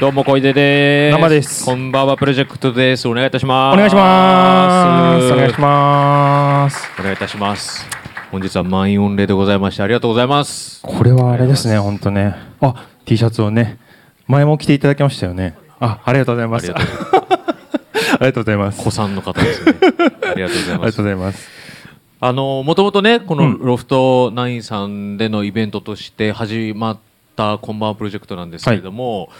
どうも小出です。生ですこんばんはプロジェクトです。お願いいたします。お願いします。お願いしす。ます。お願いいたします。本日は満員御礼でございましてありがとうございます。これはあれですね、あり本当ね。あ、T シャツをね、前も着ていただきましたよね。あ、ありがとうございます。ありがとありがとうございます。子さんの方です ね。ありがとうございありまがとすうご。ざいます。あのもともとねこうのんロフトナインさんでのイベントとして始まったこんばんはプロジェクトなんですけれども、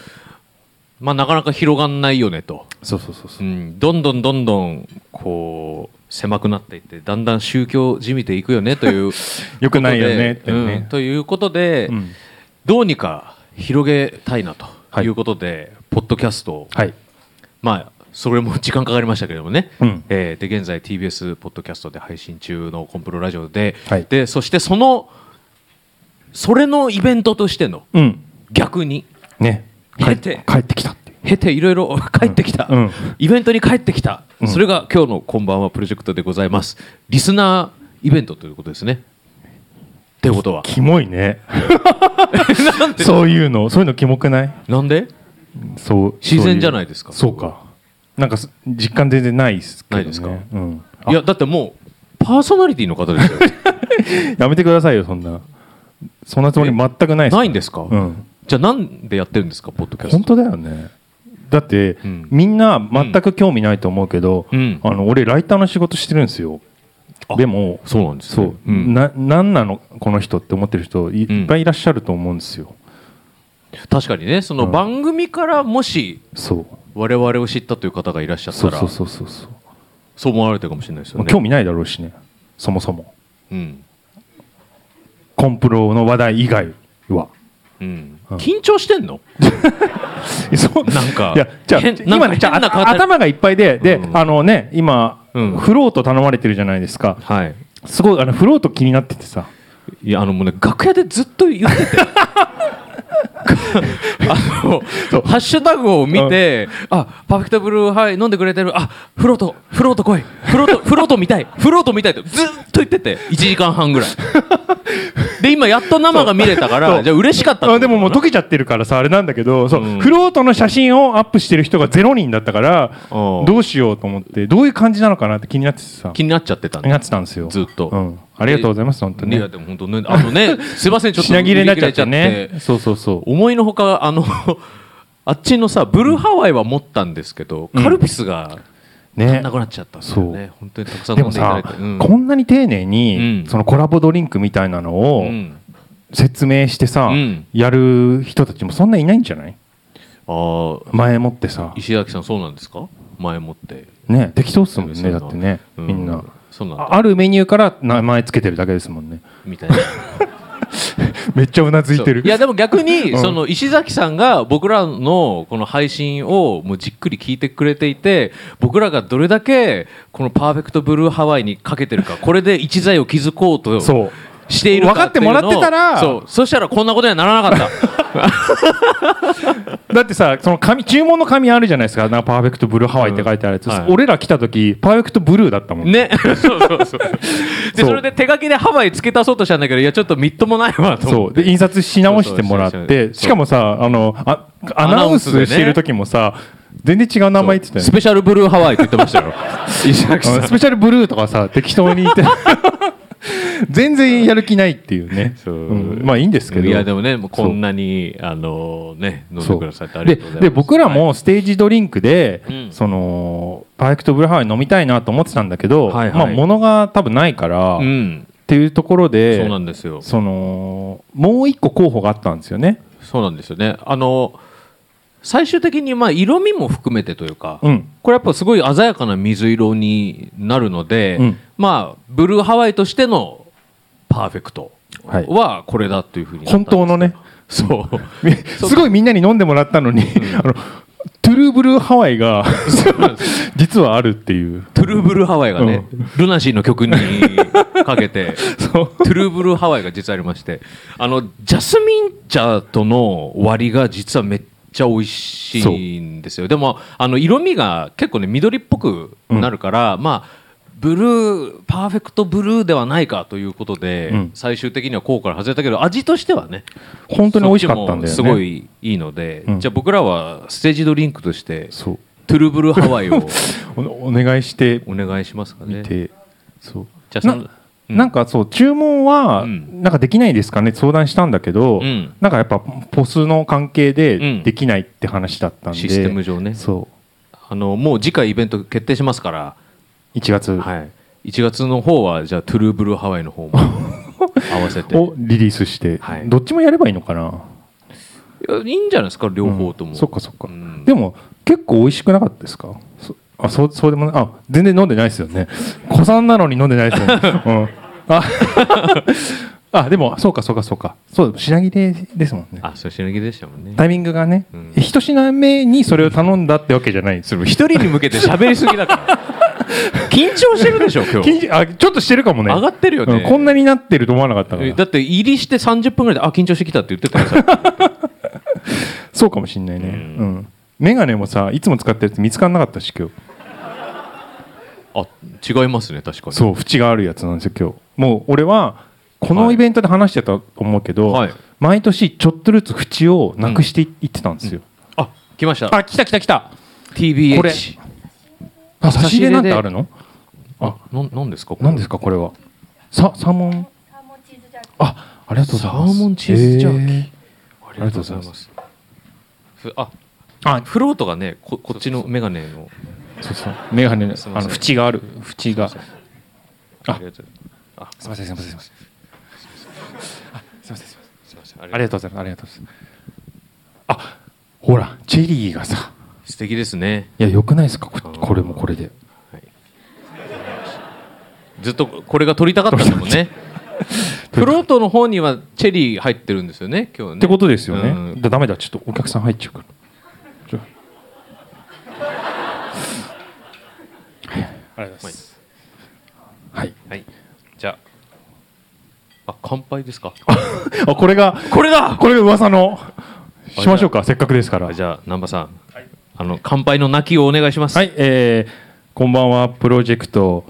まあなかなか広がんないよねと。そうそうそうそうう。ん、どんどんどんどんこう狭くなっていってだんだん宗教じみていくよねと いうよくないよねことでってねうんということで、うんどうにか広げたいなとはいいうことで、ポッドキャストを、はい。まあそれも時間かかりましたけれどもね、うんえーで現在 TBS ポッドキャストで配信中のコンプロラジオで,、はいでそしてそのそれのイベントとしてのうん。逆にね。帰入っれて帰ってきたっていう。経ていろいろ帰ってきた、うんうんイベントに帰ってきた、うんそれが今日の「こんばんはプロジェクト」でございますリスナーイベントということですねってこと はキモいね。なんでそういうの、そういうのキモくないなんでそう。自そう然うじゃないですかそうか。なんかす実感全然ないっすけどねないですかうん。いやだってもうパーソナリティの方ですよやめてくださいよ、そんな。そんなつもり全くないっすないんですか、うん。じゃあなんでやってるんですかポッドキャスト本当だよねだって、うんみんな全く興味ないと思うけど、うんあの俺ライターの仕事してるんですよあでもそうなんですねそう、うんななんなのこの人って思ってる人いうんいっぱいいらっしゃると思うんですよ、確かにねそのうん番組からもしそう我々を知ったという方がいらっしゃったそうらそうそうそうそう、そう思われてるかもしれないですよまあね興味ないだろうしねそもそもうんコンプロの話題以外は うん、うん緊張してんのそうなんかいやじゃあ変なんか今ねじゃあ変なあ形頭がいっぱいでで、うんあのね今、うんフロート頼まれてるじゃないですかはいすごいあのフロート気になっててさいやあのもうね楽屋でずっと言って てあのそうハッシュタグを見て、あパーフェクトブルーハイ飲んでくれてるあフロートフロート来いフロートフロート見たいフロート見たいとずっと言ってて1時間半ぐらいで今やっと生が見れたかそらうじゃあ嬉しかったってあことでももうか溶けちゃってるからさあれなんだけどそう、うんフロートの写真をアップしてる人が0人だったからうんどうしようと思ってどういう感じなのかなって気になっててさな気になっちゃってたん気にでなってたんですよずっとうん、ありがとうございます本当いにやでも本当ねあの ねすいませんちょっと品切れになっちゃって売り切ねれちゃってそうそうそう思いのほかあのあっちのさブルーハワイは持ったんですけど、うんカルピスがねなくなっちゃったんですよね。本当にたくさんで飲んもでいたださいて。、うんこんなに丁寧に、うんそのコラボドリンクみたいなのうをん説明してさ、うんやる人たちもそんないないんじゃないあー前もってさ、石崎さんそうなんですか前もって。ね、適当っすもんそういねうだのってね、うみんなそうなんあだ。あるメニューから名前つけてるだけですもんねみたいな。めっちゃうなずいてるそういやでも逆に、うんその石崎さんが僕らのこの配信をもうじっくり聞いてくれていて僕らがどれだけこの「パーフェクトブルーハワイ」にかけてるかこれで一財を築こうとそうしているか分かっていうのをもらってたらそうそしたらこんなことにはならなかっただってさその紙注文の紙あるじゃないですかなんかパーフェクトブルーハワイって書いてあるやつ、うんはい俺ら来た時パーフェクトブルーだったもんね そうそうそうでそうそれで手書きでハワイ付け足そうとしたんだけどいやちょっとみっともないわと思そっうてで印刷し直してもらっそうそうそうてしかもさあのあアアナナウウンンスでねスしてる時もさ全然違う名前言ってたよスねペシャルブルーハワイって言ってましたよ石垣さうんんスペシャルブルーとかさ適当に言って 全然やる気ないっていうねそううんまあいいんですけどいやでもねもうこんなにあのね飲んそでうくださってありでがとうございますで僕らもステージドリンクで、うんそのパーフェクトブルーハワイ飲みたいなと思ってたんだけど、はいはいまあ、物が多分ないから、はい、うっんていうところでそうなんですよそのもう一個候補があったんですよね。そうなんですよねあの最終的にまあ色味も含めてというか、うんこれやっぱすごい鮮やかな水色になるので、うんまあブルーハワイとしてのパーフェクトはいはこれだというふうになったん本ですけど当のねそう みそうすごいみんなに飲んでもらったのに、 あのトゥルーブルーハワイが 実はあるっていうトゥルーブルーハワイがね、うルナシーの曲にかけ てそうトゥルーブルーハワイが実はありましてあのジャスミン茶との割りが実はめっちゃ美味しいんですよでもあの色味が結構ね緑っぽくなるから、まあブルーパーフェクトブルーではないかということで、うん最終的にはこうから外れたけど味としてはね本当に美味しかったんだよねそっちもすごいいいので、うんじゃあ僕らはステージドリンクとしてそうトゥルブルハワイをおお願いしてお願いしますかねみて、そうじゃあそのななんかそう注文はうんなんかできないですかね相談したんだけど、うんなんかやっぱポスの関係うでんできないって話だったんで、システム上ねそうあのもう次回イベント決定しますから、 1月はい、1月の方はじゃあトゥルーブルーハワイの方 も合わせてをリリースして、はいどっちもやればいいのかないやいいんじゃないですか両方とも、うんそっかそっか、うんでも結構美味しくなかったですかそあそうそうでもないあ全然飲んでないですよね 子さんなのに飲んでないです よね、うん、あ あでもそうかそうかそうかそう品切れですもんねあそうしのぎでしたもんねタイミングがね、うん一品目にそれを頼んだってわけじゃないんですそれも一人に向けて喋りすぎだから緊張してるでしょ 今日緊張あちょっとしてるかもね上がってるよねうんこんなになってると思わなかったかえらだって入りして30分ぐらいであ緊張してきたって言ってた よさそうかもしんないねううんん眼鏡もさいつも使ってるやつ見つからなかったし今日あ違いますね確かにそう縁があるやつなんですよ今日もう俺はこのイベントで話してたと思うけど、はい毎年ちょっとずつ縁をなくしていいってたんですよ、あ来ましたあ来た来た来たこれ TBH あ差し入れなんてあるのあなんなんですかこれ何ですかこれはさサーモンサーモンチーズジャーキーあありがとうございますサーモンチーズジャーキーへありがとうございますふああフロートがねここっちのメガネのそうそう眼鏡のすいまあせのん縁がある縁があありがとうあすみませんすみませんすみませんあすみませんすみませんすいませんあありがとうございますありがとうございますあほらチェリーがさ素敵ですねいやよくないですかこあーこれもこれではいずっとこれが撮りたかったんだもん ねフロートの方にはチェリー入ってるんですよね今日ねってことですよね、うんだダメだちょっとお客さん入っちゃうからちょありがとうございますはいはいじゃああ乾杯ですかあこれがこれだこれが噂のしましょうかせっかくですからじゃあ南波さん、あの乾杯の泣きをお願いします、はい、えーこんばんは、プロジェクト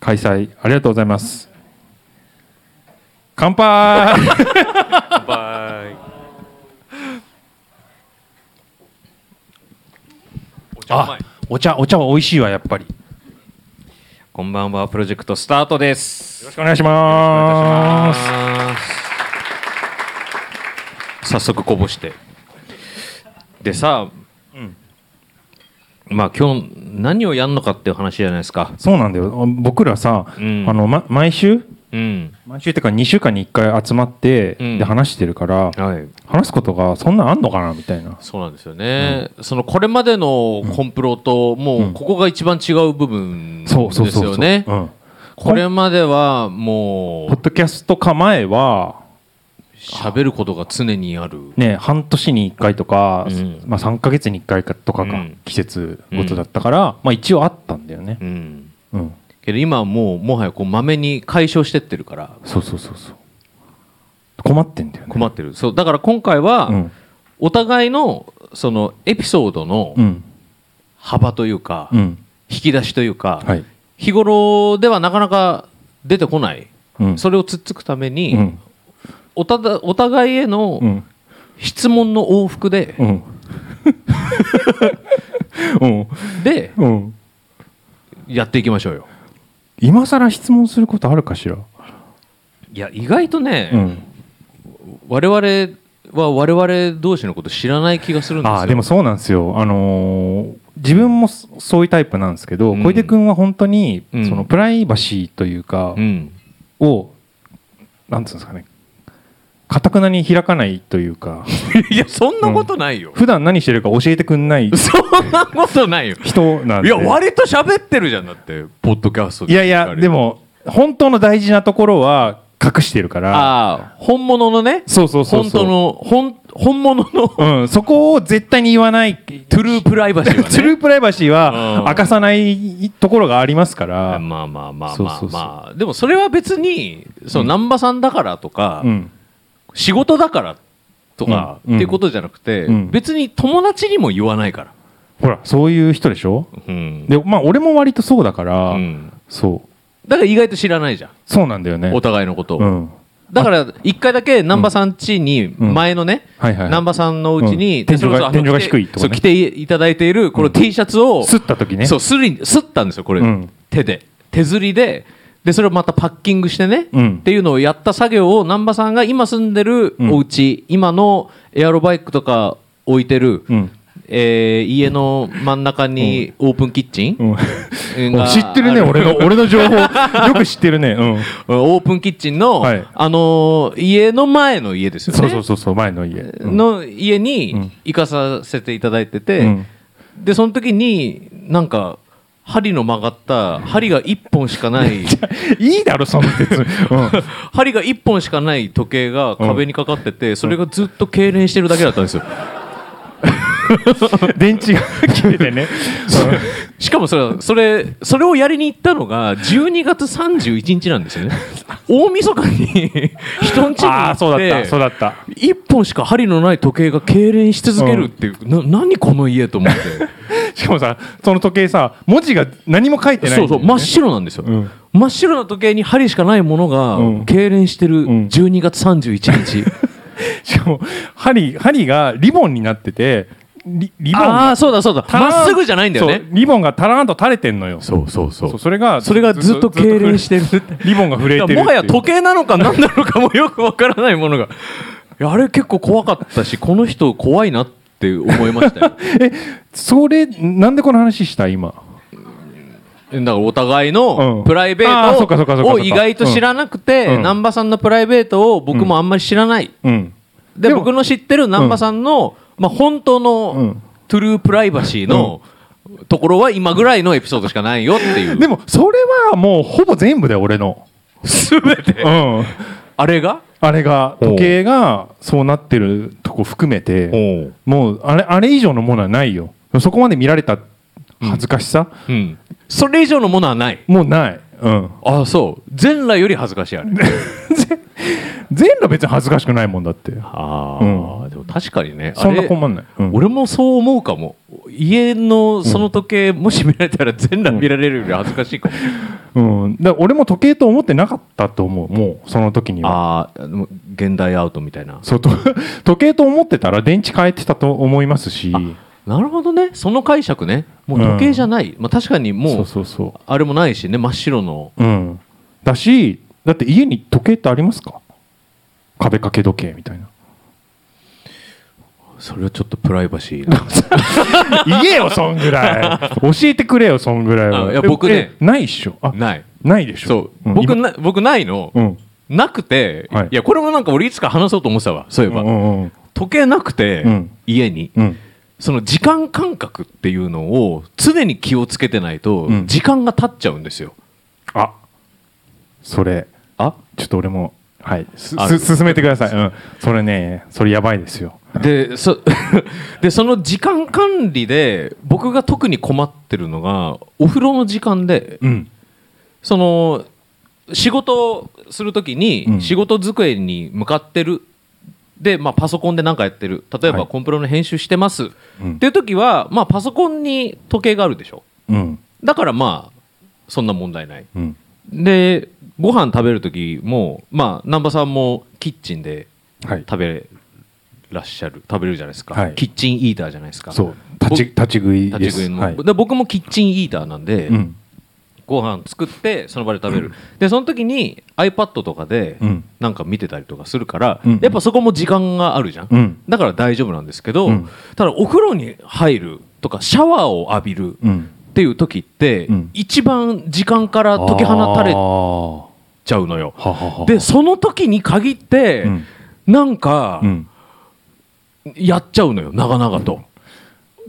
開催ありがとうございます。乾杯乾杯お茶うまあい、お茶、お茶は美味しいわ、やっぱり。よこんばんはプロジェクトスタートですろしくお願いします。早速こぼしてでさ、まあ今日何をやるのかっていう話じゃないですかそうなんだよ、僕らさ、うんあの、ま、毎週、うん毎週っていうか、2週間に1回集まって、うんで、話してるから、はい話すことがそんなんあんのかなみたいな。そうなんですよね、そのこれまでのコンプロともうここが一番違う部分ですそうそうそうそう。よねうんこれまではもポッうドキャストか前は、喋ることが常にあるね、半年に1回とか、うんまあ、3か月に1回かとかがうん季節ごとだったから、まあ、一応あったんだよねう、んうんけど今はもうもはやこうまめに解消してってるからそうそうそうそう困ってんだよね困ってるそうだから今回うはんお互いのそのエピソードのうん幅というかうん引き出しというかはい日頃ではなかなか出てこないうんそれをつっつくためうにんおただお互いへのうん質問の往復でうん うんでうんやっていきましょうよ今さら質問することあるかしら、いや意外とね、うん、我々は我々同士のこと知らない気がするんですよあーでもそうなんですよ、あのー自分もそそういうタイプなんですけど、うん小出君は本当に、うんそのプライバシーというか、うんをなんつうんですかねかたくなに開かないというかいやそんなことないよ、普段何してるか教えてくんないそんなことないよ人なんいでや割と喋ってるじゃんだってポッドキャストいやいやでも本当の大事なところは隠してるからああ本物のねそうそうそうそう本当の本本物 のうん、そこを絶対に言わないトトゥループライバシーはねゥループライバシーうんは明かさないところがありますかまあまあら、まあまあまあそうそうでもそれは別にその難波さんだからとか、うん、仕事だからとか、うんっていうことじゃなくて、うん別に友達にも言わないから、ほらそういう人でしょうんでまあ俺も割とそうだから、うんそうだから意外と知らないじゃんそうなんだよねお互いのことを、うんだから一回だけ難波さん家にん前のねはいはいはい難波さんのうちに、うん天井がそれこそあの天井が着て低いとかねそう着ていただいているこの T シャツを、すった時ねそうすりすったんですよこれ、うん手で手刷りででそれをまたパッキングしてね、うんっていうのをやった作業を難波さんが今住んでるお家、今のエアロバイクとか置いてる、うんえー家の真ん中にオープンキッチン、うんが知ってるねあ俺の俺の情報よく知ってるねうん オープンキッチンの、はいあのー家の前の家ですよねそうそうそうそう前の家うんの家うにん行かさせていただいてて、うんでその時になんか針の曲がった針が1本しかない いいだろその 説う針が1本しかない時計が壁にかかってて、それがずっと痙攣してるだけだったんですよ、ん電池が切れてねしかもそれそれそれをやりに行ったのが12月31日なんですよね大晦日に 人んちに行ああーっそうだったてそうだった一本しか針のない時計が痙攣し続けるっていう、な何この家と思ってしかもさその時計さ文字が何も書いてないそんうだそようね真っ白なんですよ、うん真っ白な時計に針しかないものがうん痙攣してるうん12月31日、しかも針針がリボンになっててリリボンあがあそうだそうだタラーンまっすぐじゃないんだよねそうリボンがタラーンと垂れてんのよそうそうそそうそれがそれがずっと痙攣してるずっとリボンが震えてるっていうもはや時計なのか何なのかもよくわからないものがいやあれ結構怖かったしこの人怖いなって思いましたよえそれなんでこの話した今だからお互いのうんプライベあーそーっかそっかトそっかそっをか意外と知らなくて、うんうん南波さんのプライベートを僕もあんまり知らない、うんででも僕の知ってる南波さんの、まあ、本当の、うんトゥループライバシーの、ところは今ぐらいのエピソードしかないよっていう でもそれはもうほぼ全部だよ俺の全てうんあれがあれがおう時計がそうなってるとこ含めてうもうあれあれ以上のものはないよそこまで見られた恥ずかしさ、んそれ以上のものはないもうない、うん、ああそう全裸より恥ずかしいあれ全部別に恥ずかしくないもんだってあーでも確かにねそんな困んない、うん俺もそう思うかも家のその時計、もし見られたら全裸見られるより恥ずかしいかも、うん、だから俺も時計と思ってなかったと思うもうその時にあはあでも現代アウトみたいなそうと 時計と思ってたら電池変えてたと思いますしなるほどねその解釈ねもう時計じゃない、まあ、確かにそもううそうそあれもないしね真っ白のう、うん、だしだって家に時計ってありますか壁掛け時計みた いなそれはちょっとプライバシ ーな言えよそんぐら い教えてくれよそんぐらいはあいや僕ねえないっしょあないないでしょそう、ん僕今な僕ないの、うんなくて、はいい、やこれもなんか俺いつか話そうと思ってたわそういえば、うんうん時計なくて、うん家に、うんその時間感覚っていうのを常に気をつけてないと、うん時間が経っちゃうんですよあそれあちょっと俺もはいすあす進めてください、うん、それねそれやばいですよでそ でその時間管理で僕が特に困ってるのがお風呂の時間でうんその仕事をするときうにん仕事机に向かってる、で、まあ、パソコンで何かやってる例えばはいコンプラの編集してます、うんっていう時は、まあ、パソコンに時計があるでしょうんだからまあそんな問題ないうんでご飯食べる時もまあ南波さんもキッチンではい食べらっしゃる食べるじゃないですか、はいキッチンイーターじゃないですかそう立ち立ち食い立でち食すいの、はいで僕もキッチンイーターなんで、うんご飯作ってその場で食べる、でその時に iPad とかでうんなんか見てたりとかするから、うんやっぱそこも時間があるじゃん、うんだから大丈夫なんですけど、うんただお風呂に入るとかシャワーを浴びるうんっていう時って、うん一番時間から解き放たれあーはちゃうのよははでその時に限って、うんなんかうんやっちゃうのよ長々と。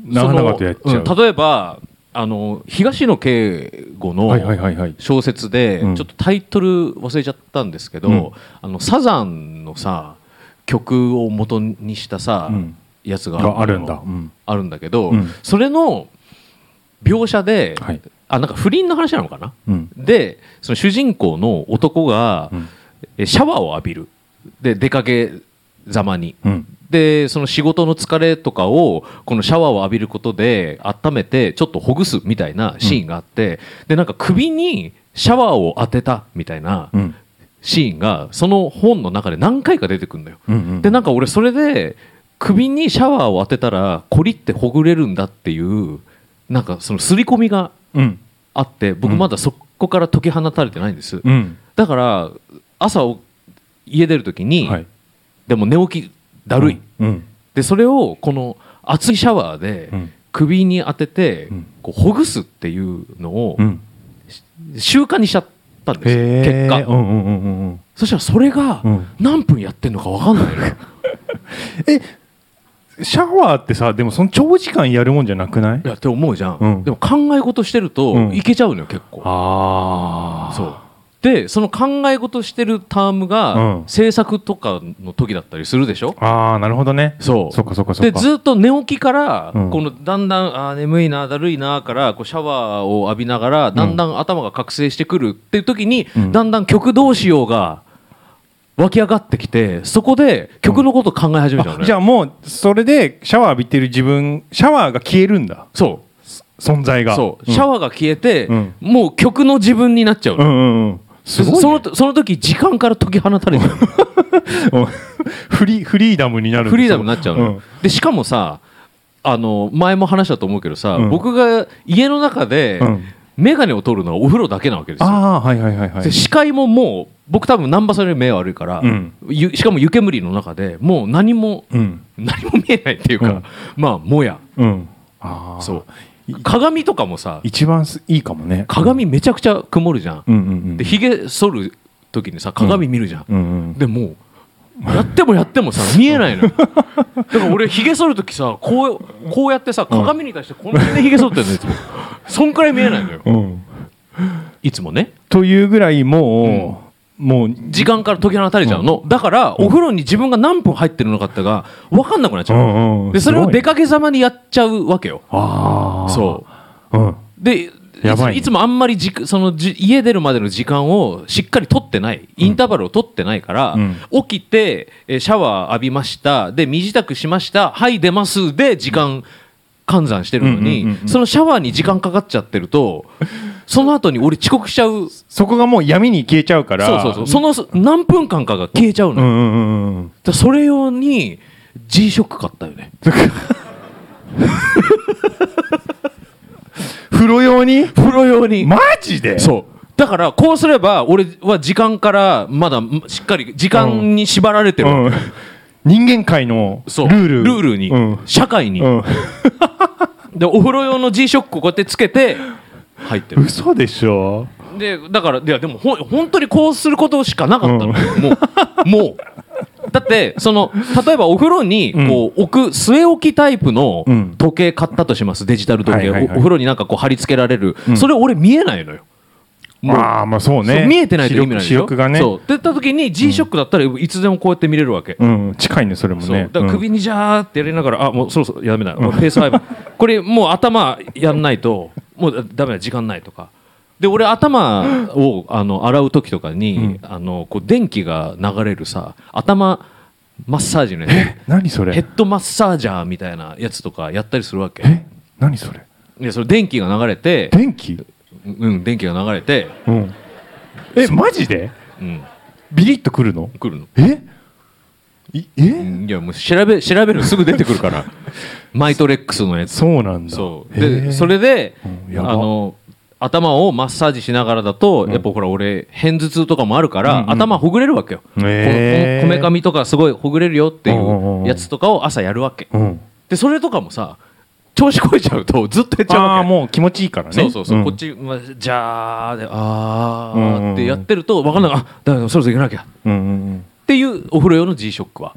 長々とやっちゃうそのん例えばあの東野圭吾のはいはいはいはい小説で、うんちょっとタイトル忘れちゃったんですけど、うんあのサザンのさ曲を元にしたさ、うんやつががあるんだのうんあるんだけど、うんそれの描写で、はいあなんか不倫の話なのかな、うんでその主人公の男が、うんえシャワーを浴びるで出かけざまに。うんでその仕事の疲れとかをこのシャワーを浴びることで温めてちょっとほぐすみたいなシーンがあって、でなんか首にシャワーを当てたみたいなうんシーンがその本の中で何回か出てくるのよ。うんうんでなんか俺それで首にシャワーを当てたらコリってほぐれるんだっていうなんかその刷り込みがうんあって僕うんまだそこから解き放たれてないんです。うんだから朝を家出る時に、はいでも寝起きだるい、うんでそれをこの熱いシャワーでうん首に当てて、うんこうほぐすっていうのをうん習慣にしちゃったんですよ、へー結う果んうんうんうんうんそしたらそれがうん何分やってんのか分かんないのよえシャワーってさでもその長時間やるもんじゃなくない いやって思うじゃん、うんでも考え事してるうとんいけちゃうのよ結構、あそうでその考え事してるタームうがん制作とかの時だったりするでしょ、ああなるほどねそうそっかそっかそっでかずっと寝起きから、うんこのだんだんあー眠いなだるいなからこうシャワーを浴びながらだんだん頭が覚醒してくるっていう時に、うんだんだん曲どうしようが湧き上がってきてそこで曲のことを考え始めたのね、あじゃあもうそれでシャワー浴びてる自分シャワーが消えるんだそ存在うがそう、んシャワーが消えて、うんもう曲の自分になっちゃうの、うんうんうんすごい、ね、そのその時時間から解き放たれちゃうのうん フリーフリーダムになるんだフリーダムになっちゃうの、んでしかもさあの前も話したと思うけどさ、うん僕が家の中で、うんメガネを取るのはお風呂だけなわけですよああはいはいはいはいで視界ももう僕多分難波さんより目悪いから、うんゆしかも湯煙の中でもう何も うん何も見えないっていうか、うんまあもやうんああそう鏡とかもさ一番すいいかもね鏡めちゃくちゃ曇るじゃん、うんうんうんでひげ剃る時にさ鏡見るじゃん、うんうんでもうやってもやっても さ見えないのよだから俺ひげ剃る時さこうこうやってさ鏡に対してこの辺でひげ剃ってるのいつもそんくらい見えないのようんいつもねというぐらいもう、もう時間から解き放たれちゃうの、だからお風呂に自分が何分入ってるのかってが分かんなくなっちゃう、うんうんでそれすをごい出かけざまにやっちゃうわけよああそううんうでやばいいついつもあんまりじくそのじ家出るまでの時間をしっかり取ってないインターバルを取ってないから、うん起きてえーシャワー浴びましたで身支度しましたはい出ますで時間換算してるのに、うんうんうんうんそのシャワーに時間かかっちゃってるとその後に俺遅刻しちゃうそこがもう闇に消えちゃうからそうそうそうその何分間かが消えちゃうのよ、うんうんうんうんだそれ用に G ショック買ったよね風呂用にプロ用に、マジでそうだからこうすれば俺は時間からまだしっかり時間に縛られてる、うん、人間界のルそうールルールに、うん社会に、うん、でお風呂用の G ショックをこうやってつけて入ってる嘘でしょでだからいやでもほん本当にこうすることしかなかったの、もうもうだってその例えばお風呂にこう置く据え置きタイプのうん時計買ったとしますデジタル時計、はいはいはおおい風呂になんかこう貼り付けられる、うんそれ俺見えないのよもうまあまあそうそねう見えてないと意味ないで視しょ力視力がねそうって言った時に G ショックだったらいつでもこうやって見れるわけ、うん、近いねそれもそうねだから首にジャーってやりながら、あもうそろそろやめない、もうペース 配分これもう頭やんないともうダメだ時間ないとかで俺頭をあの洗う時とかに、あのこう電気が流れるさ頭マッサージのやうん何そつれヘッドマッサージャーみたいなやつとかやったりするわけえ何それいやそれ電気が流れて電気うん電気が流れて、うんえマジでうん、ビリッとくるの来るのえいえ、うんいやもう調べ調べるすぐ出てくる からマイトレックスのやつそうなんだそうへでえそれで、うんあやばの頭をマッサージしながらだと、やっぱほら俺片頭痛とかもあるから、うんうん頭ほぐれるわけよここへえこめかみとかすごいほぐれるよっていおうおうおううやつとかを朝やるわけうんでそれとかもさ調子こいちゃうとずっとやっちゃうあわあけもう気持ちいいからねそうそうそう、んこっち、まあ、じゃーであうんうんうーんってやってると分かんない、あだからそろそろ行かなきゃっうんうんうんていうお風呂用の G ショックは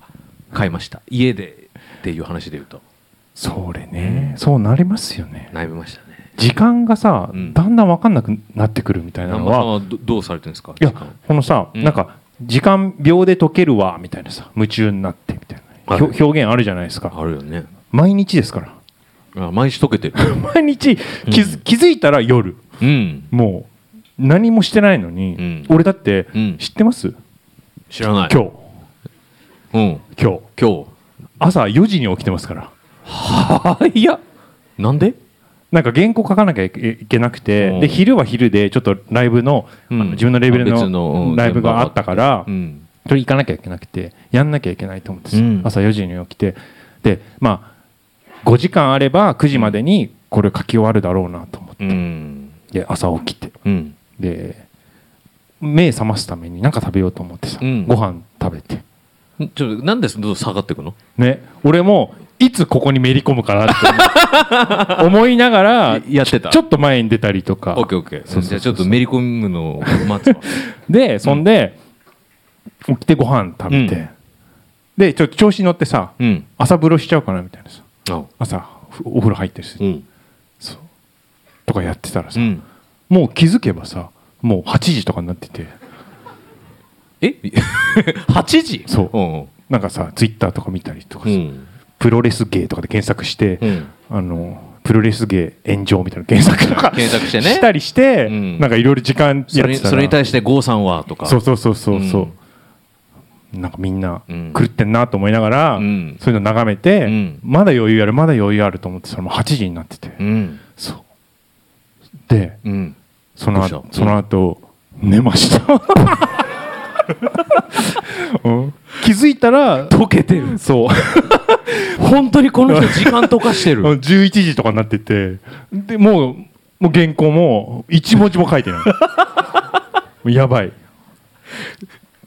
買いました家でっていう話で言うとそれねそうなりますよね悩みましたね時間がさ、うんだんだん分かんなくなってくるみたいな南の波さんははどどうされてるんですかいや時間このさ、うんなんか時間秒で解けるわみたいなさ夢中になってみたいな、はいひょ表現あるじゃないですかあるよね毎日ですから あ毎日溶けてる毎日気づ,、気づいたら夜うんもう何もしてないのに、うん俺だって、うん知ってます知らない今日日うん今日今日朝4時に起きてますからはあいやなんでなんか原稿書かなきゃいけなくて、うんで昼は昼でちょっとライブの,、うんあの自分のレベル別のうのんライブがあったから、うんそれ行かなきゃいけなくてやんなきゃいけないと思ってさ、うん朝4時に起きてでまあ5時間あれば9時までにこれ書き終わるだろうなと思ってうんで朝起きてうんで目覚ますために何か食べようと思ってさ、うんご飯食べてちょっとなんでどんどん下がっていくのね俺もいつここにめり込むかなって 思う思いながらいやってたちょっと前に出たりとかオッケーオッケそーうそうそうそうじゃあちょっとめり込むのを待つわでそんで、起きてご飯食べて、うんでちょっと調子に乗ってさ、うん朝風呂しちゃおうかなみたいなさあ朝ふお風呂入ってるし、うんそうとかやってたらうさ、んもう気づけばさもう8時とかになっててえ 8時そううんなんかさツイッターとか見たりとかうさ、んプロレス芸とかで検索して、うんあのプロレス芸炎上みたいな検索とか検索してねたりして、うんなんかいろいろ時間やってそたれらそれに対して郷さんはとかそうそうそうそうそうう、なんかみんなうん狂ってんなと思いながら、うんそういうの眺めて、うんまだ余裕あるまだ余裕あると思ってそれも8時になってて、うんそうでうんそどのう後したその後、寝ました、 うん気づいたら溶けてるそう本当にこの人時間溶かしてる11時とかになっててでもうもう原稿も一文字も書いてないも うやばい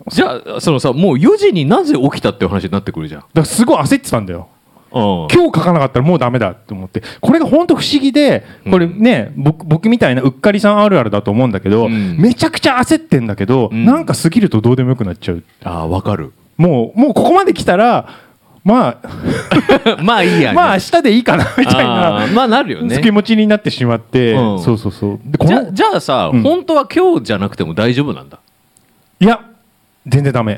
じゃあそのさもう4時になぜ起きたっていう話になってくるじゃんだからすごい焦ってたんだようん今日書かなかったらもうダメだって思ってこれが本当不思議でこれね、僕僕みたいなうっかりさんあるあるだと思うんだけど、うんめちゃくちゃ焦ってんだけど、うんなんか過ぎるとどうでもよくなっちゃうああわかるもうもうここまで来たらま まあいいあや まあ明日でいいかなみたいあなーまあなるよね気持ちになってしまって、うんそうそうそうでこじゃのじゃあさ、うん本当は今日じゃなくても大丈夫なんだいや全然ダメ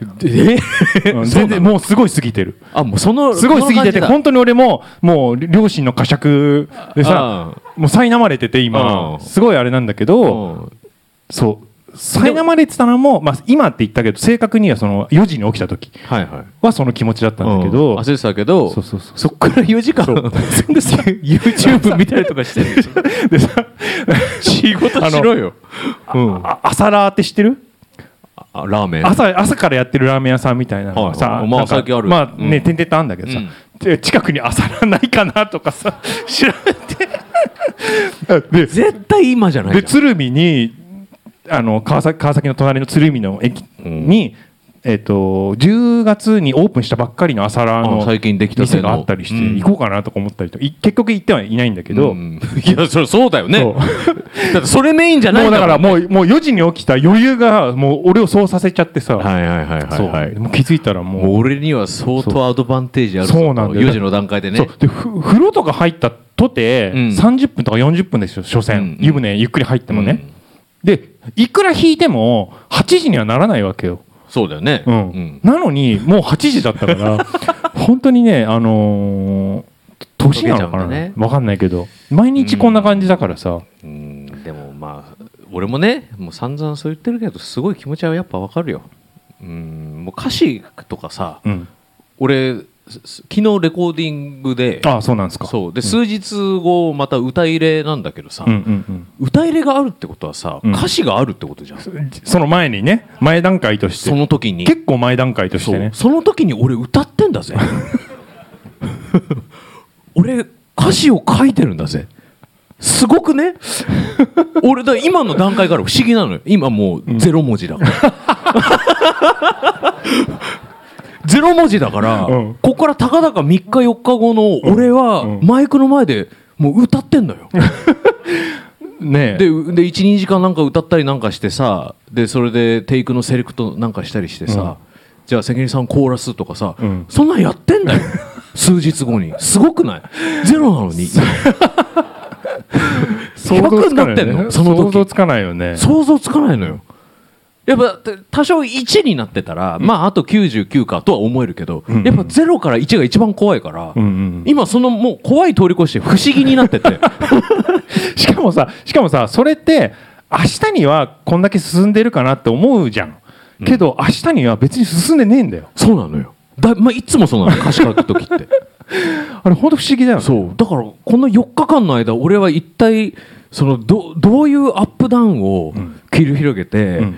えうん全然もうすごい過ぎてるあもうそのすごい過ぎててこの感本当に俺ももう両親の呵責でさもう苛まれててう今んすごいあれなんだけじだどそう苛まれてたのも、まあ、今って言ったけど正確にはその4時に起きた時うんはいはいはその気持ちだったんだけうど、ん焦ってたけどそうそうそうそっから4時間 YouTube 見た りとかして るでさ仕事しろよ、うん、あ朝ラーって知ってるあラーメン朝朝からやってるラーメン屋さんみたいなのがさ、はいはいまあなんか最近あるまあね、うん点々とあるんだけどさ、うんで近くに朝ラーないかなとかさ 調 べてで絶対今じゃないでじ鶴見にあの川崎川崎の隣の鶴見の駅に、えっと10月にオープンしたばっかりの朝ラーあの最近できたての店があったりして、うん行こうかなとか思ったりとい結局行ってはいないんだけゃんど、うもんいやそれそうだよねそう だってそれメインじゃないんうだからももうもう4時に起きた余裕がもう俺をそうさせちゃってさ、んはいはいはいはそいうはいもう気づいたらもうもう俺には相当アドバンテージあるぞそうなんだよ4時の段階でねそうでふ風呂とか入ったとて、うん30分とか40分ですよ所詮、うんうん湯船ゆっくり入ってもね、うんでいくら引いても8時にはならないわけよ、そうだよねうんなのにもう8時だったから 本当にねあのー年なの溶けちかな、ゃうんだね分かんないけど毎日こんな感じだからさ、うんでもまあ俺もねもう散々そう言ってるけどすごい気持ちはやっぱわかるようんもう歌詞とかさうん俺す昨日レコーディングでああそうなんですかそうで数日後また歌入れなんだけどさ、うんうん歌入れがあるってことはさ、うん歌詞があるってことじゃんそうん、その前にね前段階としての時に結構前段階としてねそうその時に俺歌ってんだぜ 俺歌詞を書いてるんだぜすごくね俺だ今の段階から不思議なのよ今もうゼロ文字だ から、ゼロ文字だから、うんここからたかだか3日4日後の俺はうんマイクの前でもう歌ってんのよねえでうで12時間なんか歌ったりなんかしてさでそれでテイクのセレクトなんかしたりしてさ、うんじゃあ関根さんコーラスとかさ、うんそんなんやってん だよ数日後にすごくないゼロなのに想像つかな100になっいよてんねのその時想像つかないよね想像つかないのよやっぱて多少1になってたら、まああと99かとは思えるけど、うんやっぱ0から1が一番怖いから、うんうん今そのもう怖い通り越して不思議になって てしかもさしかもさそれって明日にはこんだけ進んでるかなって思うじゃんけど、明日には別に進んでねえんだよそうなのよだ、まあ、いつもそうなの歌詞書く時ってあれ本当不思議だよねそうだからこの4日間の間俺は一体そのどどういうアップダウンをうん切り広げて、うん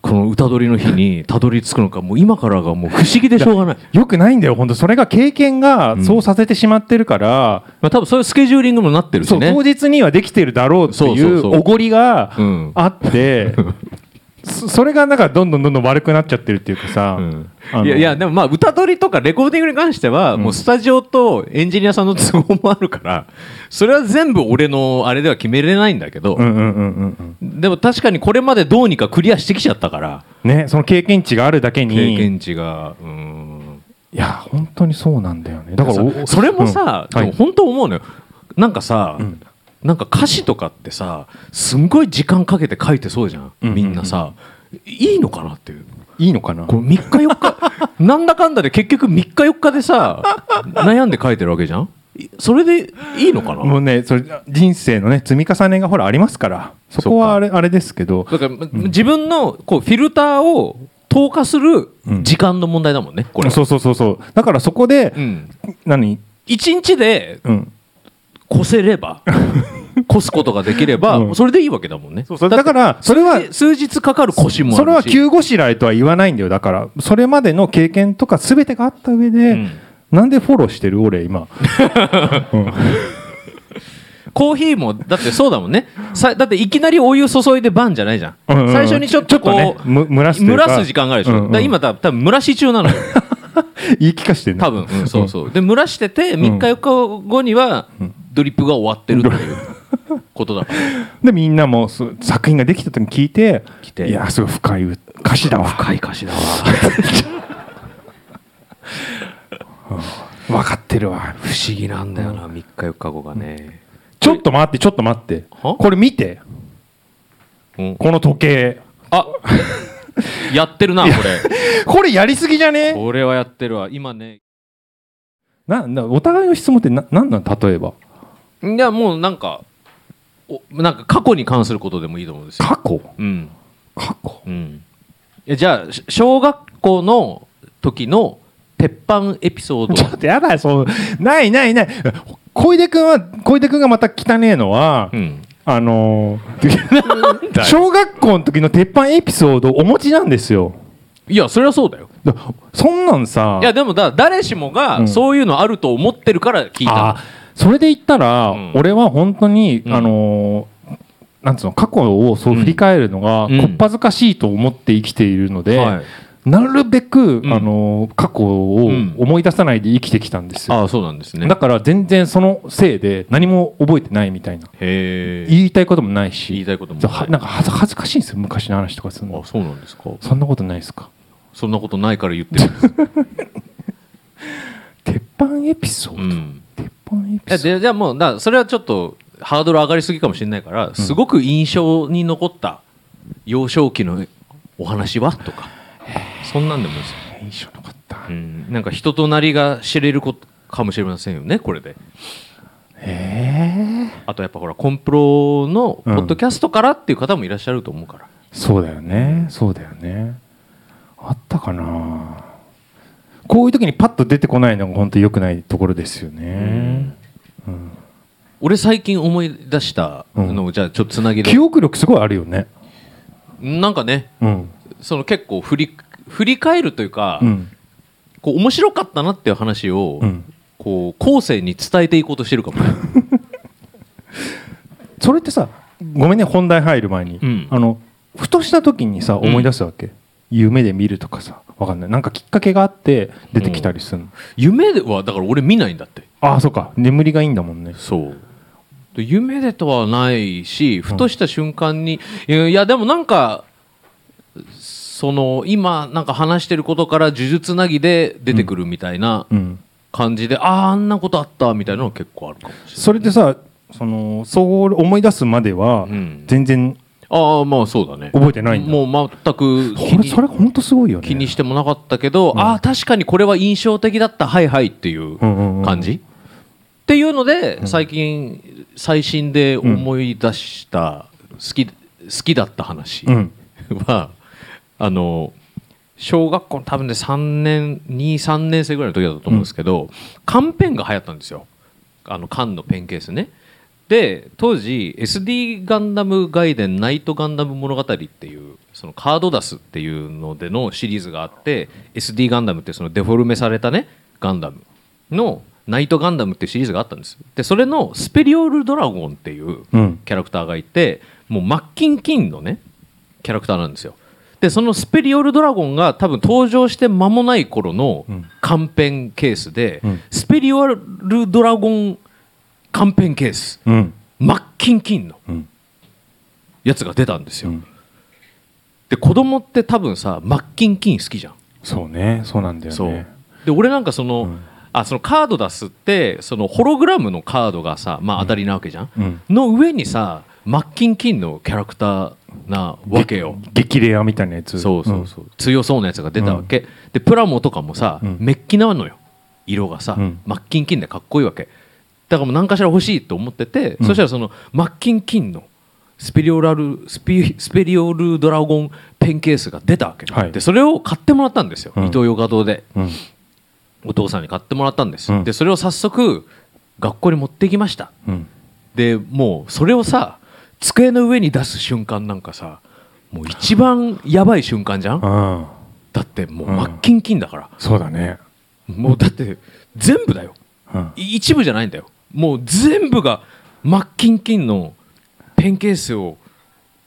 この歌取りの日にたどり着くのかもう今からがもう不思議でしょうが ないよくないんだよ本当それが経験がそうさせてしまってるから、まあ、多分そういうスケジューリングもなってるしそうね当日にはできてるだろうっていそうそううそうおごりがうんあ って、そそれがなんかどんどんどんどん悪くなっちゃってるっていうかさ、あのいやいやでもまあ歌取りとかレコーディングに関してはうんもうスタジオとエンジニアさんの都合もあるからそれは全部俺のあれでは決めれないんだけど、うんうんうんうんでも確かにこれまでどうにかクリアしてきちゃったからうんねその経験値があるだけに経験値がうんいや本当にそうなんだよねだからさおそれもさ、うんはいでも本当思うのよなんかさ、うんなんか歌詞とかってさすんごい時間かけて書いてそうじゃんうんうんうんみんなさ、いいのかなっていういいのかなこう3日4日 なんだかんだで結局3日4日でさ悩んで書いてるわけじゃんいそれでいいのかな、もうねそれ人生のね積み重ねがほらありますからそこはあれあれですけどだから、自分のこうフィルターを透過する時間の問題だもんね、これはそうそうそうそうだからそこで、うん、何1日でうんこせれ ばこすことができれば、うんそれでいいわけだもんねそうそうだからそれはで数日かかる腰もあるしそれは急ごしらえとは言わないんだよだからそれまでの経験とか全てがあった上で、うんなんでフォローしてる 俺今コーヒーもだってそうだもんねさだっていきなりお湯注いでバンじゃないじゃん,、うんうん最初にちょっとこうちょっとねむ蒸らすとい蒸うからす時間があるでしょ、うんうんだから今た多分蒸らし中なのよ言い聞かしてるね多分、うんそうそうで蒸らしてて3日4日後にはドリップが終わってるっていうことだからでみんなもそう作品ができた時に聞いて来ていやすごい深い歌詞だわ深い歌詞だわ分かってるわ不思議なんだよな3日4日後がね、ちょっと待ってちょっと待ってはこれ見てうん、この時計あやってるなこれこれやりすぎじゃねこれはやってるわ今ねななお互いの質問ってななんなん例えばいやもうなんかおなんか過去に関することでもいいと思うんですよ過去うん過去うんいやじゃあし小学校の時の鉄板エピソードちょっとやだよそうないないない小出君は小出君がまた汚ねえのは、うんあの ーだよ小学校の時の鉄板エピソードをお持ちなんですよいやそれはそうだよだそんなんさいやでもだ誰しもうがんそういうのあると思ってるから聞いた、あそれで言ったら、うん俺は本当に、うんあのーなんつうの過去をそう振り返るのがうんこっぱずかしいと思って生きているので、はいなるべうく、んあのー過去をうん思い出さないで生きてきたんですよ、あそうなんですねだから全然そのせいで何も覚えてないみたいなへえ言いたいこともな言いいしたいこともそうはなんか恥ず恥ずかしいんですよ昔の話とかするあのそうなんですかそんなことないですかそんなことないから言ってるんです、鉄板エピソーうド、ん鉄板エいやピソーでじゃあもうだそれはちょっとハードル上がりすぎかもしれないからすごく印象に残った幼少期のお話はとかそんなんでもいいですよ、ド印象残った、うん、なんか人となりが知れることかもしれませんよねこれでええあとやっぱほらコンプロのポッドキャストからっていう方もいらっしゃると思うから、そうだよねそうだよねあったかなこういう時にパッと出てこないのが本当に良くないところですよね、うん俺最近思い出したのをじゃあちょっとつなぎで記、憶力すごいあるよねなんかねうん、その結構振り振り返るというか、うんこう面白かったなっていう話を、うん、こう後世に伝えていこうとしてるかもねそれってさごめんね本題入る前に、うんあのふとした時にさん思い出すわけ、夢で見るとかさわかんないなんかきっかけがあって出てきたりするの、夢ではだから俺見ないんだってああそうか眠りがいいんだもんねそうで夢でとはないしふとした瞬間に、いやでもなんかその今なんか話してることから呪術つなぎで出てくるみたいなうん感じで、あああんなことあったみたいなのは結構あるかもしれないそれでさそのそう思い出すまではうん全然ああまあそうだね覚えてないんだ、もう全くこ気れにそれ本当すごいよね気にしてもなかったけど、ああ確かにこれは印象的だったはいはいっていううんうんうん感じ、っていうので最近最新で思い出 した好き,、好きだった話うんは、あの小学校の多分ね3年23年生ぐらいの時だったと思うんですけど、缶ペンが流行ったんですよあの缶のペンケースねで当時 SD ガンダム外伝ナイトガンダム物語っていうそのカードダスっていうのでのシリーズがあって SD ガンダムってそのデフォルメされたねガンダムのナイトガンダムっていうシリーズがあったんですでそれのスペリオールドラゴンっていううんキャラクターがいてもうマッキンキンのねキャラクターなんですよでそのスペリオルドラゴンが多分登場して間もない頃のうん缶ペンケースで、うんスペリオルドラゴン缶ペンケースうんマッキンキンのうんやつが出たんですうよ、んで子供って多分さマッキンキン好きじゃんそうねそうなんだよそうねで俺なんかその,、うんあそのカード出すってそのホログラムのカードがさ、まあ、当たりなわけじゃん、うんの上にさマッキンキンのキャラクターなわけよ激レアみたいなやつそうそうそう、強そうなやつが出たわけ、でプラモとかもさ、うんメッキなのよ色がさ、うんマッキンキンでかっこいいわけだからもう何かしら欲しいと思ってて、うんそしたらそのマッキンキンのスペリオラルスピスペリオルドラゴンペンケースが出たわけ、はいでそれを買ってもらったんですよ、うん伊東洋華堂でうん、うんお父さんに買ってもらったんです、うんでそれを早速学校に持ってきましたうん、でもうそれをさ机の上に出す瞬間なんかさもう一番やばい瞬間じゃんあだってもううんマッキンキンだから、あそうだね、もうだって全部だようん、い一部じゃないんだよもう全部がマッキンキンのペンケースを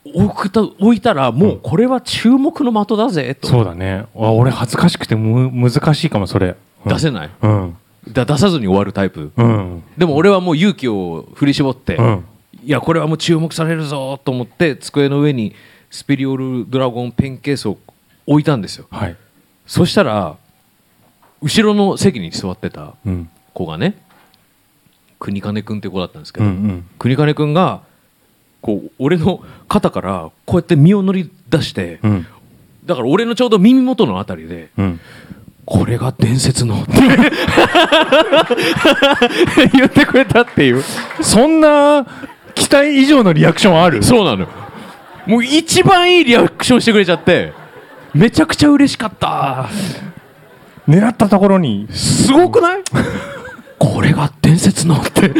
置くと置いたらもうこれは注目の的だぜとそうだねあ俺恥ずかしくてむ難しいかもそれ、うん、出せないうんだ出さずに終わるタイプうんでも俺はもう勇気を振り絞って、うんいやこれはもう注目されるぞと思って机の上にスピリオルドラゴンペンケースを置いたんですよはいそしたら後ろの席に座ってたうん子がね国金君って子だったんですけうど、んうん国金君がこう俺の肩からこうやって身を乗り出して、うんだから俺のちょうど耳元のあたりでうん「これが伝説の」って 言ってくれたっていうそんな期待以上のリアクションあるそうなのよもう一番いいリアクションしてくれちゃってめちゃくちゃ嬉しかった狙ったところにすごくないこれが伝説のって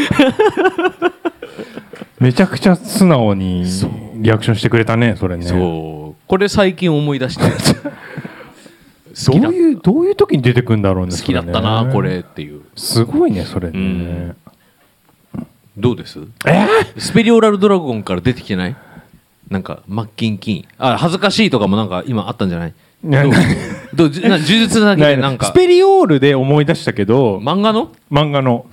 めちゃくちゃ素直にそうリアクションしてくれたねそれねそうこれ最近思い出して好どきだういうどういう時に出てくるんだろうね好そきだれっねたなこれっていうすごいねそれね、うんどうですえスペリオラルドラゴンから出てきてないなんかマッキンキンあ恥ずかしいとかもなんか今あったんじゃないなどうなどうじゅな呪術だけなでいなんかスペリオールで思い出したけど、漫画の漫画の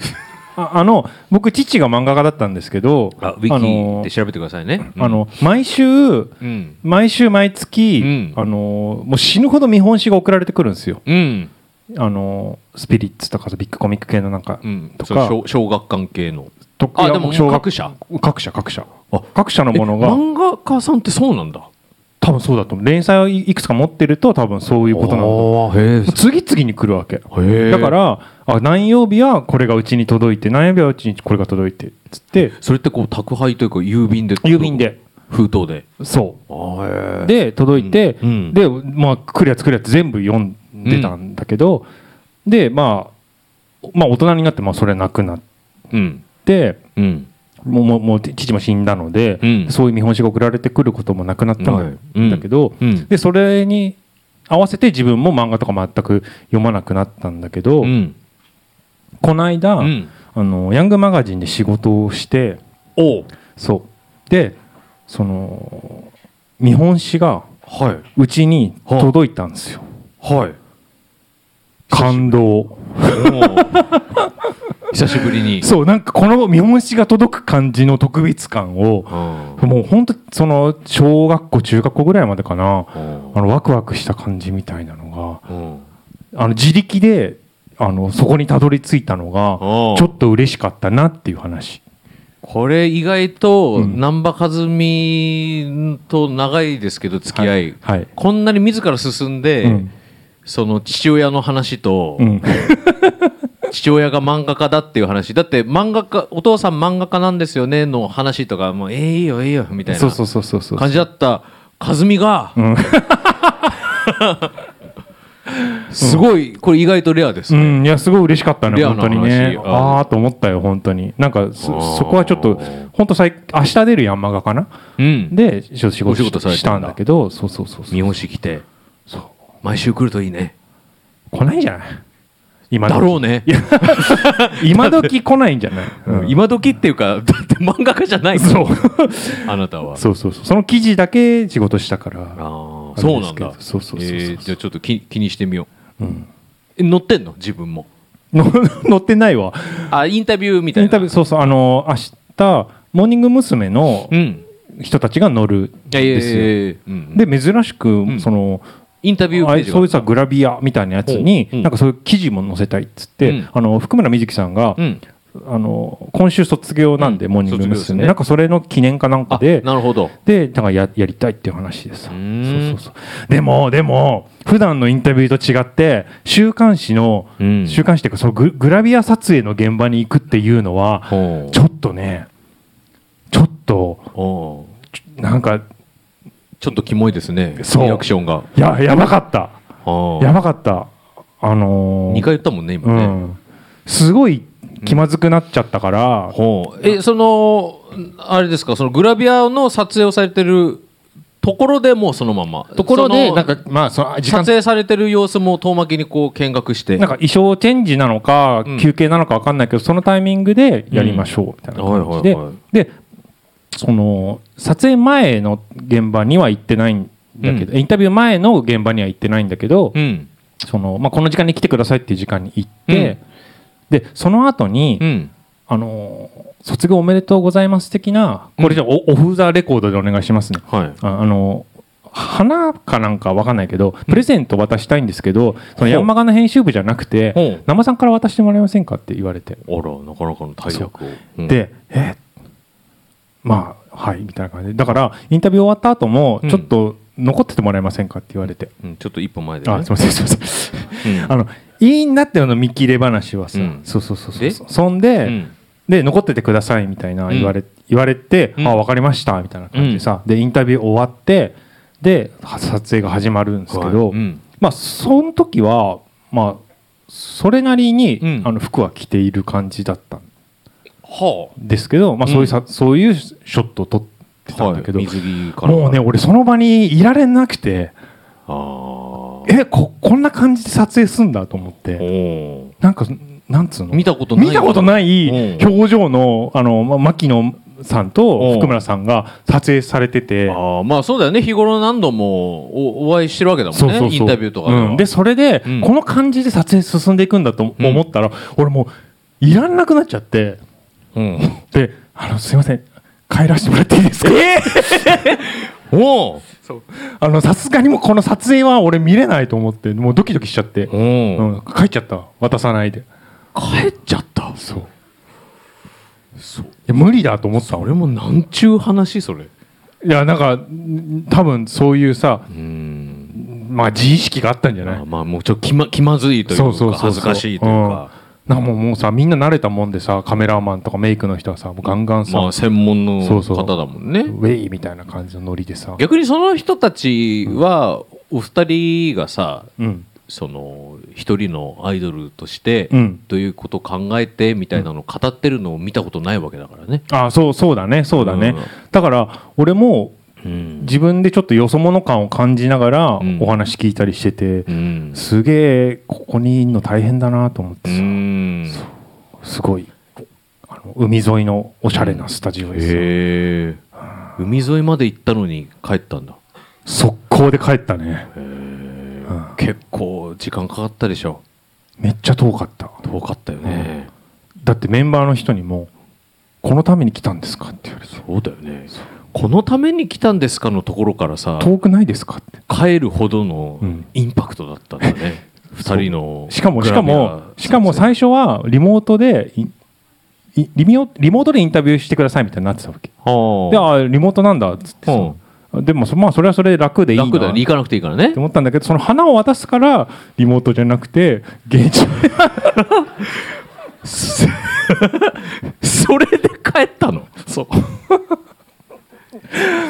ああの僕父が漫画家だったんですけどあウィキで調べてくださいねあのあの毎週うん毎週毎月、うんあのもう死ぬほど見本誌が送られてくるんですようんあのスピリッツとかビッグコミック系のなんか、うん、とそれか小小学関係のとかあでも小学各社各社各社あ各社のものえが漫画家さんってそうなんだ多分そうだと思う連載をいいくつか持ってると多分そういうことなのへ次々に来るわけえだからあ何曜日はこれがうちに届いて何曜日はうちにこれが届いてっつってそれってこう宅配というか郵便で郵便で封筒でそあうで届いて、うんうんでまあ来るやつ来るやつ全部読んでたんだけど、でまあまあ大人になってまあそれなくなっうんてうんもうもうもう父も死んだので、うんそういう見本紙が送られてくることもなくなったはいんだけど、うんでそれに合わせて自分も漫画とか全く読まなくなったんだけど、うんこの間、うんあのヤングマガジンで仕事をしておそうでその見本紙がはいうちに届いたんですよはい感動久しぶりに そうなんかこの見本紙が届く感じの特別感をあーもうほんとその小学校中学校ぐらいまでかなあーあのワクワクした感じみたいなのうんがあの自力であのそこにたどり着いたのがおうちょっと嬉しかったなっていう話これ意外とうん難波和美と長いですけど付き合いはい、こんなに自ら進んで、うんその父親の話と、 うん、父親が漫画家だっていう話だって漫画家お父さん漫画家なんですよねの話とかもうええいいよええよみたいな そうそうそうそうそう感じだった和美がうんすごいこれ意外とレアですうね、ん、いやすごい嬉しかったねレアな本当に話ねうんああと思ったよ本当になんかそあーそこはちょっと本当最明日出るヤンマガかなうんでちょっと仕お事仕事されてんだしたんだけどそうそうそうそう三好来てそう毎週来るといいね来ないんじゃない今だろうねね 今時来ないん じゃない、うんうん今時っていうかだって漫画家じゃないからそう あなたはそうそうそうその記事だけ仕事したかあら、ーそうなんだあれですけどそうそうそうそうそうえーじゃあちょっと気気にしてみようん、う え乗ってんの自分もの載ってないわあインタビューみたイいなンタビューそうそうあの明日モーニング娘。のうん人たちが乗るんいやいやでいすやよ、いやうんで珍しく、んそのインタビューペあーれジそういうがさグラビアみたいなやつに、うんなんかそういう記事も載せたいっつって、うんあの福村みずきさんが、うんあの今週卒業なんで、うんモーニング卒業です娘。ねなんかそれの記念かなんかあでなるほどでだからややりたいっていう話でさうーんそうそうそうでもでも普段のインタビューと違って週刊誌の、うん週刊誌っていうかそのググラビア撮影の現場に行くっていうのはほうちょっとねちょっとほうなんかちょっとキモいですねそうリアクションがややばかったや2ばかったあのー回言ったもんねう今ねん、すごい気まずくなっちゃったから、ほうえそのあれですかそのグラビアの撮影をされてるところでもうそのままところでそのなんかまあその時間撮影されてる様子も遠巻きにこう見学してなんか衣装チェンジなのかうん休憩なのか分かんないけど、そのタイミングでやりましょうみたいな感じで、はいはいはいでその撮影前の現場には行ってないんだけど、うインタビュー前の現場には行ってないんだけど、うんそのまあ、この時間に来てくださいっていう時間に行って、でその後に、うんあのー卒業おめでとうございます的なこれじゃあオ,、フ・ザ・レコードでお願いしますねはいああの花かなんかわかんないけどプレゼント渡したいんですけど、そのヤンマガの編集部じゃなくほてう生さんから渡してもらえませんかって言われて、あらなかなかの大役を、うん、でえまあはいみたいな感じでだからインタビュー終わった後もうんちょっと残っててもらえませんかって言われて、うん、ちょっと一歩前で、ね、あすいませんすいません うんあのいいんだってよの見切れ話はさ、うんそうそうそうそでうそんで、うんで残っててくださいみたいな言われ,、言われて、うんあ分かりましたみたいな感じでさ、でインタビュー終わってでは撮影が始まるんですけど、はいうんまあその時はまあそれなりに、うんあの服は着ている感じだったんはですけど、まあ、そういうさ、そういうショットを撮ってあ、たんはだいけど、水着からもうね俺その場にいられなくてああえここんな感じで撮影すんだと思って。おなんかなんつうの見たことない見たことないうん表情のあのま牧野さんうんと福村さんが撮影されててーあーまあそうだよね日頃何度もおお会いしてるわけだもんねインタビューとかうんでそれで、うんこの感じで撮影進んでいくんだとうん思ったら、俺もういらんなくなっちゃってうん、であのすいません帰らせてもらっていいですか、おおあのさすがにもうこの撮影は俺見れないと思ってもうドキドキしちゃって、ううんん、帰っちゃった渡さないで帰っちゃったそういや無理だと思った俺俺もなんちゅう話それいやなんかん多分そういうさうんまあ自意識があったんじゃないあまあもうちょっと気ま気まずいというかそうそうそうそう恥ずかしいというか、うんなんかもうもうさみんな慣れたもんでさカメラマンとかメイクの人はさもうガンガンさ、まあ専門のそう方そうだもんねウェイみたいな感じのノリでさ、逆にその人たちはお二人がさうん、その一人のアイドルとしてうんということを考えてみたいなのを語ってるのを見たことないわけだからね、あそうそうだねそうだね、うんだから俺もうん自分でちょっとよそ者感を感じながらうんお話聞いたりしてて、うんすげえここにいるの大変だなと思ってうさ、んすごいあの海沿いのおしゃれなスタジオです、へえ海沿いまで行ったのに帰ったんだ速攻で帰ったね、うん結構時間かかったでしょめっちゃ遠かった遠かったよね、だってメンバーの人にも「このために来たんですか?」って言われてそうだよねこのために来たんですかのところからさ「遠くないですか?」って帰るほどのうんインパクトだったんだ ね、二人のしかもしグかラビアもしかも最初はリモートでいいリモリモートでインタビューしてくださいみたいになってたわけあーであーリモートなんだっつってさうでもそまあそれはそれで楽でいんいな楽だよねっ行かなくていいからねて思ったんだけどその花を渡すからリモートじゃなくて現地それで帰ったの そう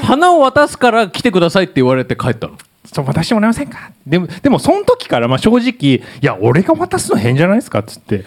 花を渡すから来てくださいって言われて帰ったのと渡してもらえませんかでもでもその時からまあ正直いや俺が渡すの変じゃないですかっつって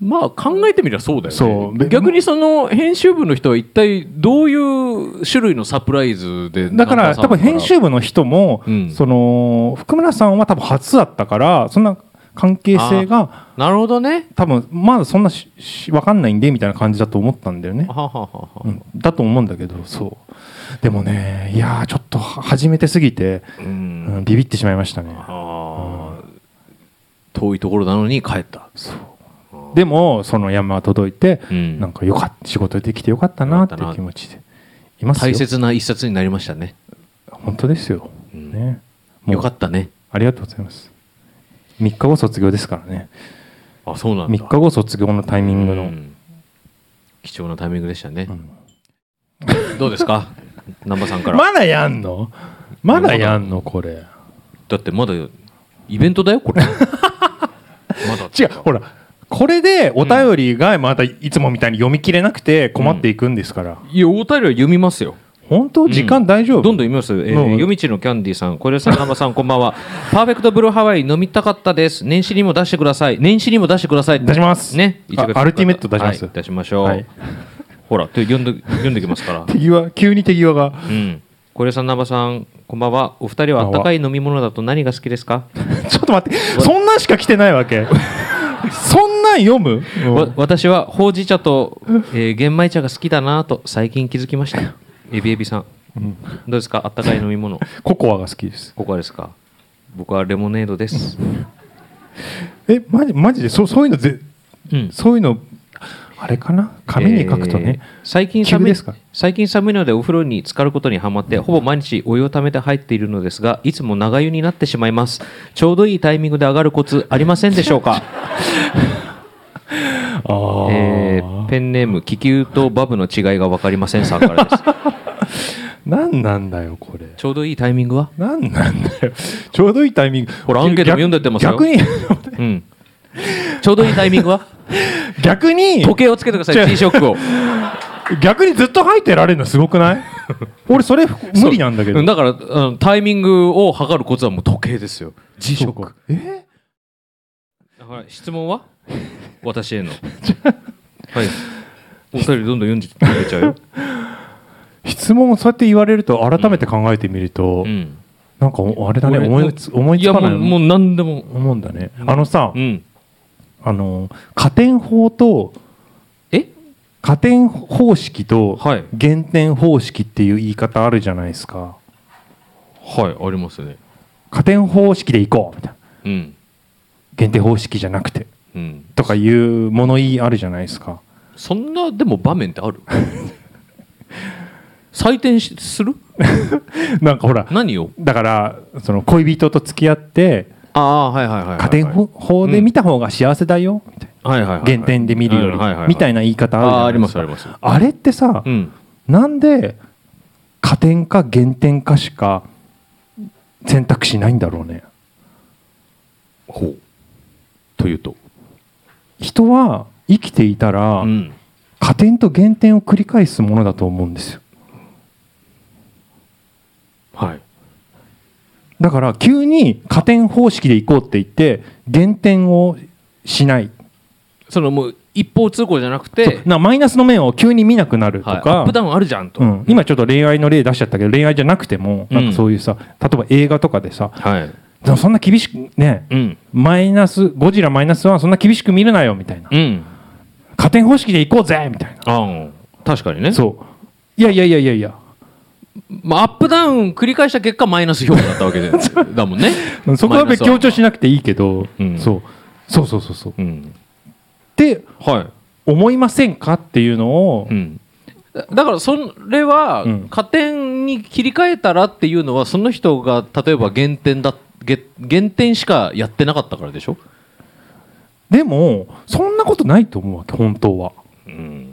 まあ考えてみりゃそうだそようねで逆にその編集部の人は一体どういう種類のサプライズでだから多分編集部の人も、うんその福村さんは多分初だったからそんな関係性がなるほどね多分まだそんなしし分かんないんでみたいな感じだと思ったんだよね、ははははうん、だと思うんだけどそうでもねいやーちょっとは初めてすぎて、ううんんビビってしまいましたねあー遠いところなのに帰ったそうでもその山は届いて、うんなんかよかった仕事できてよかったなってよかったな気持ちでいますよ大切な一冊になりましたね本当ですよ、うんねもうよかったねありがとうございます3日後卒業ですからねあそうなんだ3日後卒業のタイミングの、うん貴重なタイミングでしたねう、んどうです か南波さんから、まだやんのまだやんのこれだってまだイベントだよこ れまだ違うほらこれでお便りがまたいつもみたいに読み切れなくて困っていくんですから、いやお便りは読みますよ本当時間大丈夫、どんどん読みます。えうんー、夜道のキャンディさん、小林さん、南波さん、こんばんは。 パーフェクトブルーハワイ飲みたかったです。年始にも出してください。年始にも出してください。出しますね。あ1月アルティメット出しますはい出しましょう。はいほら、と読んで読んできます から。手際急に手際 がうん。小林さん、南波さん、こんばんは。お二人はあったかい飲み物だと何が好きですか？ちょっと待ってそんなんしか来てないわ けそんなん読む、うんわ私はほうじ茶と、えー玄米茶が好きだなと最近気づきま した。エビエビさん、どうですか？あったかい飲み物。ココアが好きですここはですか？僕はレモネードです。えマジマジでそそういうのぜうん。そういうのあれかな紙に書くとね、えー最近寒急いですか最近寒いのでお風呂に浸かることにはまってほぼ毎日お湯をためて入っているのですがいつも長湯になってしまいますちょうどいいタイミングで上がるコツありませんでしょうか、あ あーえーペンネーム気球とバブの違いが分かりませんさんから です何なんだよこれちょうどいいタイミングは何なんだよちょうどいいタイミングほらアンケートも読んでってますよ逆にうんちょうどいいタイミン グは逆に時計をつけてください T ショックを逆にずっと入ってられるのすご くない俺それ無理なんだけそうどうだからあのタイミングを測るコツはもう時計ですよ G ショックえはい、質問は 私 への。はい。お二人どんどん読んじゃちゃうよ。質問をそうやって言われると改めて考えてみる と、うん。なんかおあれだね俺思いつ思いいつやかもなういもう何でも。思うんだねうんあのさ、うん。あの加点法とえ？加点方式とはい減点方式っていう言い方あるじゃないですか、はいありますね。加点方式でいこうみたいなうん減点方式じゃなくてうん。とかいう物言いあるじゃないですかそんなでも場面ってあ る？採点しする？なんかほら何を？だからその恋人と付き合ってああはいはいはいはい。加点はい法で見た方が幸せだよみたいはいはいは。ない減点で見るよりうんはいはいはいみたいな言い方あーああるじりゃなまいですすかあります。あれってさうん。なんで加点か減点かしか選択肢ないんだろうねほう。というと。人は生きていたらうん。加点と減点を繰り返すものだと思うんですよはい。だから急に加点方式でいこうって言って減点をしないそのもう一方通行じゃなくて、そうなマイナスの面を急に見なくなるとか、はい、アップダウンあるじゃんと。うん、今ちょっと恋愛の例出しちゃったけど恋愛じゃなくてもうんなんかそういうさ、例えば映画とかでさはい。でもそんな厳しくねうん。マイナスゴジラマイナスワンそんな厳しく見るなよみたいなうん。加点方式でいこうぜみたいなあん確かにね。そういやいやいやいやいやまあ、アップダウン繰り返した結果、マイナス評価だったわ けでだもんね。そこは別に強調しなくていいけど、うんそうそうそうそうそうっうん。ては思いませんかっていうのを、い。うん。だだからそれはうん加点に切り替えたらっていうのはその人が例えば減点だげ減点しかやってなかったからでしょ、でもそんなことないと思うわけ本当はうん、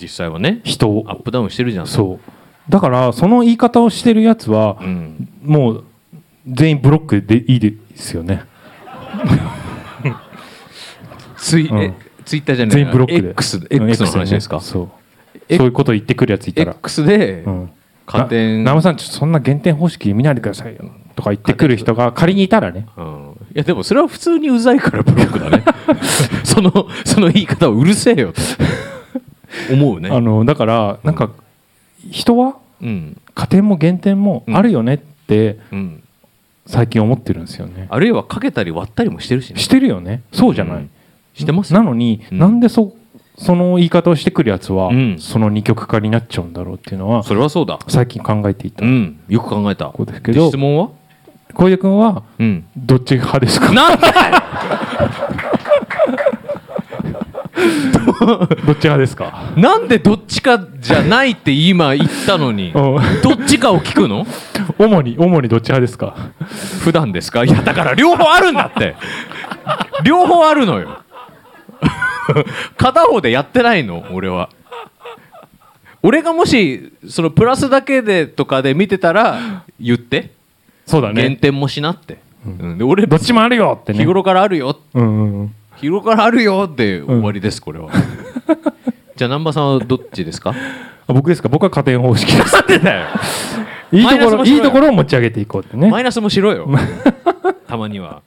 実際はね人をアップダウンしてるじゃんそうだからその言い方をしてるやつはう、ん、もう全員ブロックでいいですよねツイ、うんえツイッターじゃない全員ブロックで X, うん X の話ですか、ねそうえそういうこと言ってくるやついたら、 X でうん、加点な生さんちょっとそんな減点方式見ないでくださいよとか言ってくる人が仮にいたらねうんいやでもそれは普通にうざいからブロック だねそのその言い方をうるせえよと思うねあのだからなんか人はうん加点も減点もあるよねってうん最近思ってるんですよね、あるいはかけたり割ったりもしてるしねしてるよねそうじゃない、うんしてますよなのに、うんなんでそその言い方をしてくるやつは、うんその二極化になっちゃうんだろうっていうのはそれはそうだ最近考えていたうんよく考えたことですけどで質問は小出君はうんどっち派ですかなんだどっち派ですかいなんでどっちかじゃないって今言ったのに うんどっちかを聞くの主に主にどっち派ですか普段ですかいやだから両方あるんだって両方あるのよ片方でやってないの俺は俺がもしそのプラスだけでとかで見てたら言ってそうだ減ね点もしなって、うん、で俺どっちもあるよってね日頃からあるようんうんうん日頃からあるよで終わりですこれは、じゃあ南波さんはどっちですかあ僕ですか僕は加点方式です いいマイとナスこもろしろよいいところを持ち上げていこうってねマイナスもしろ よたまには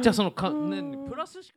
じゃあそのか、ね、プラスしか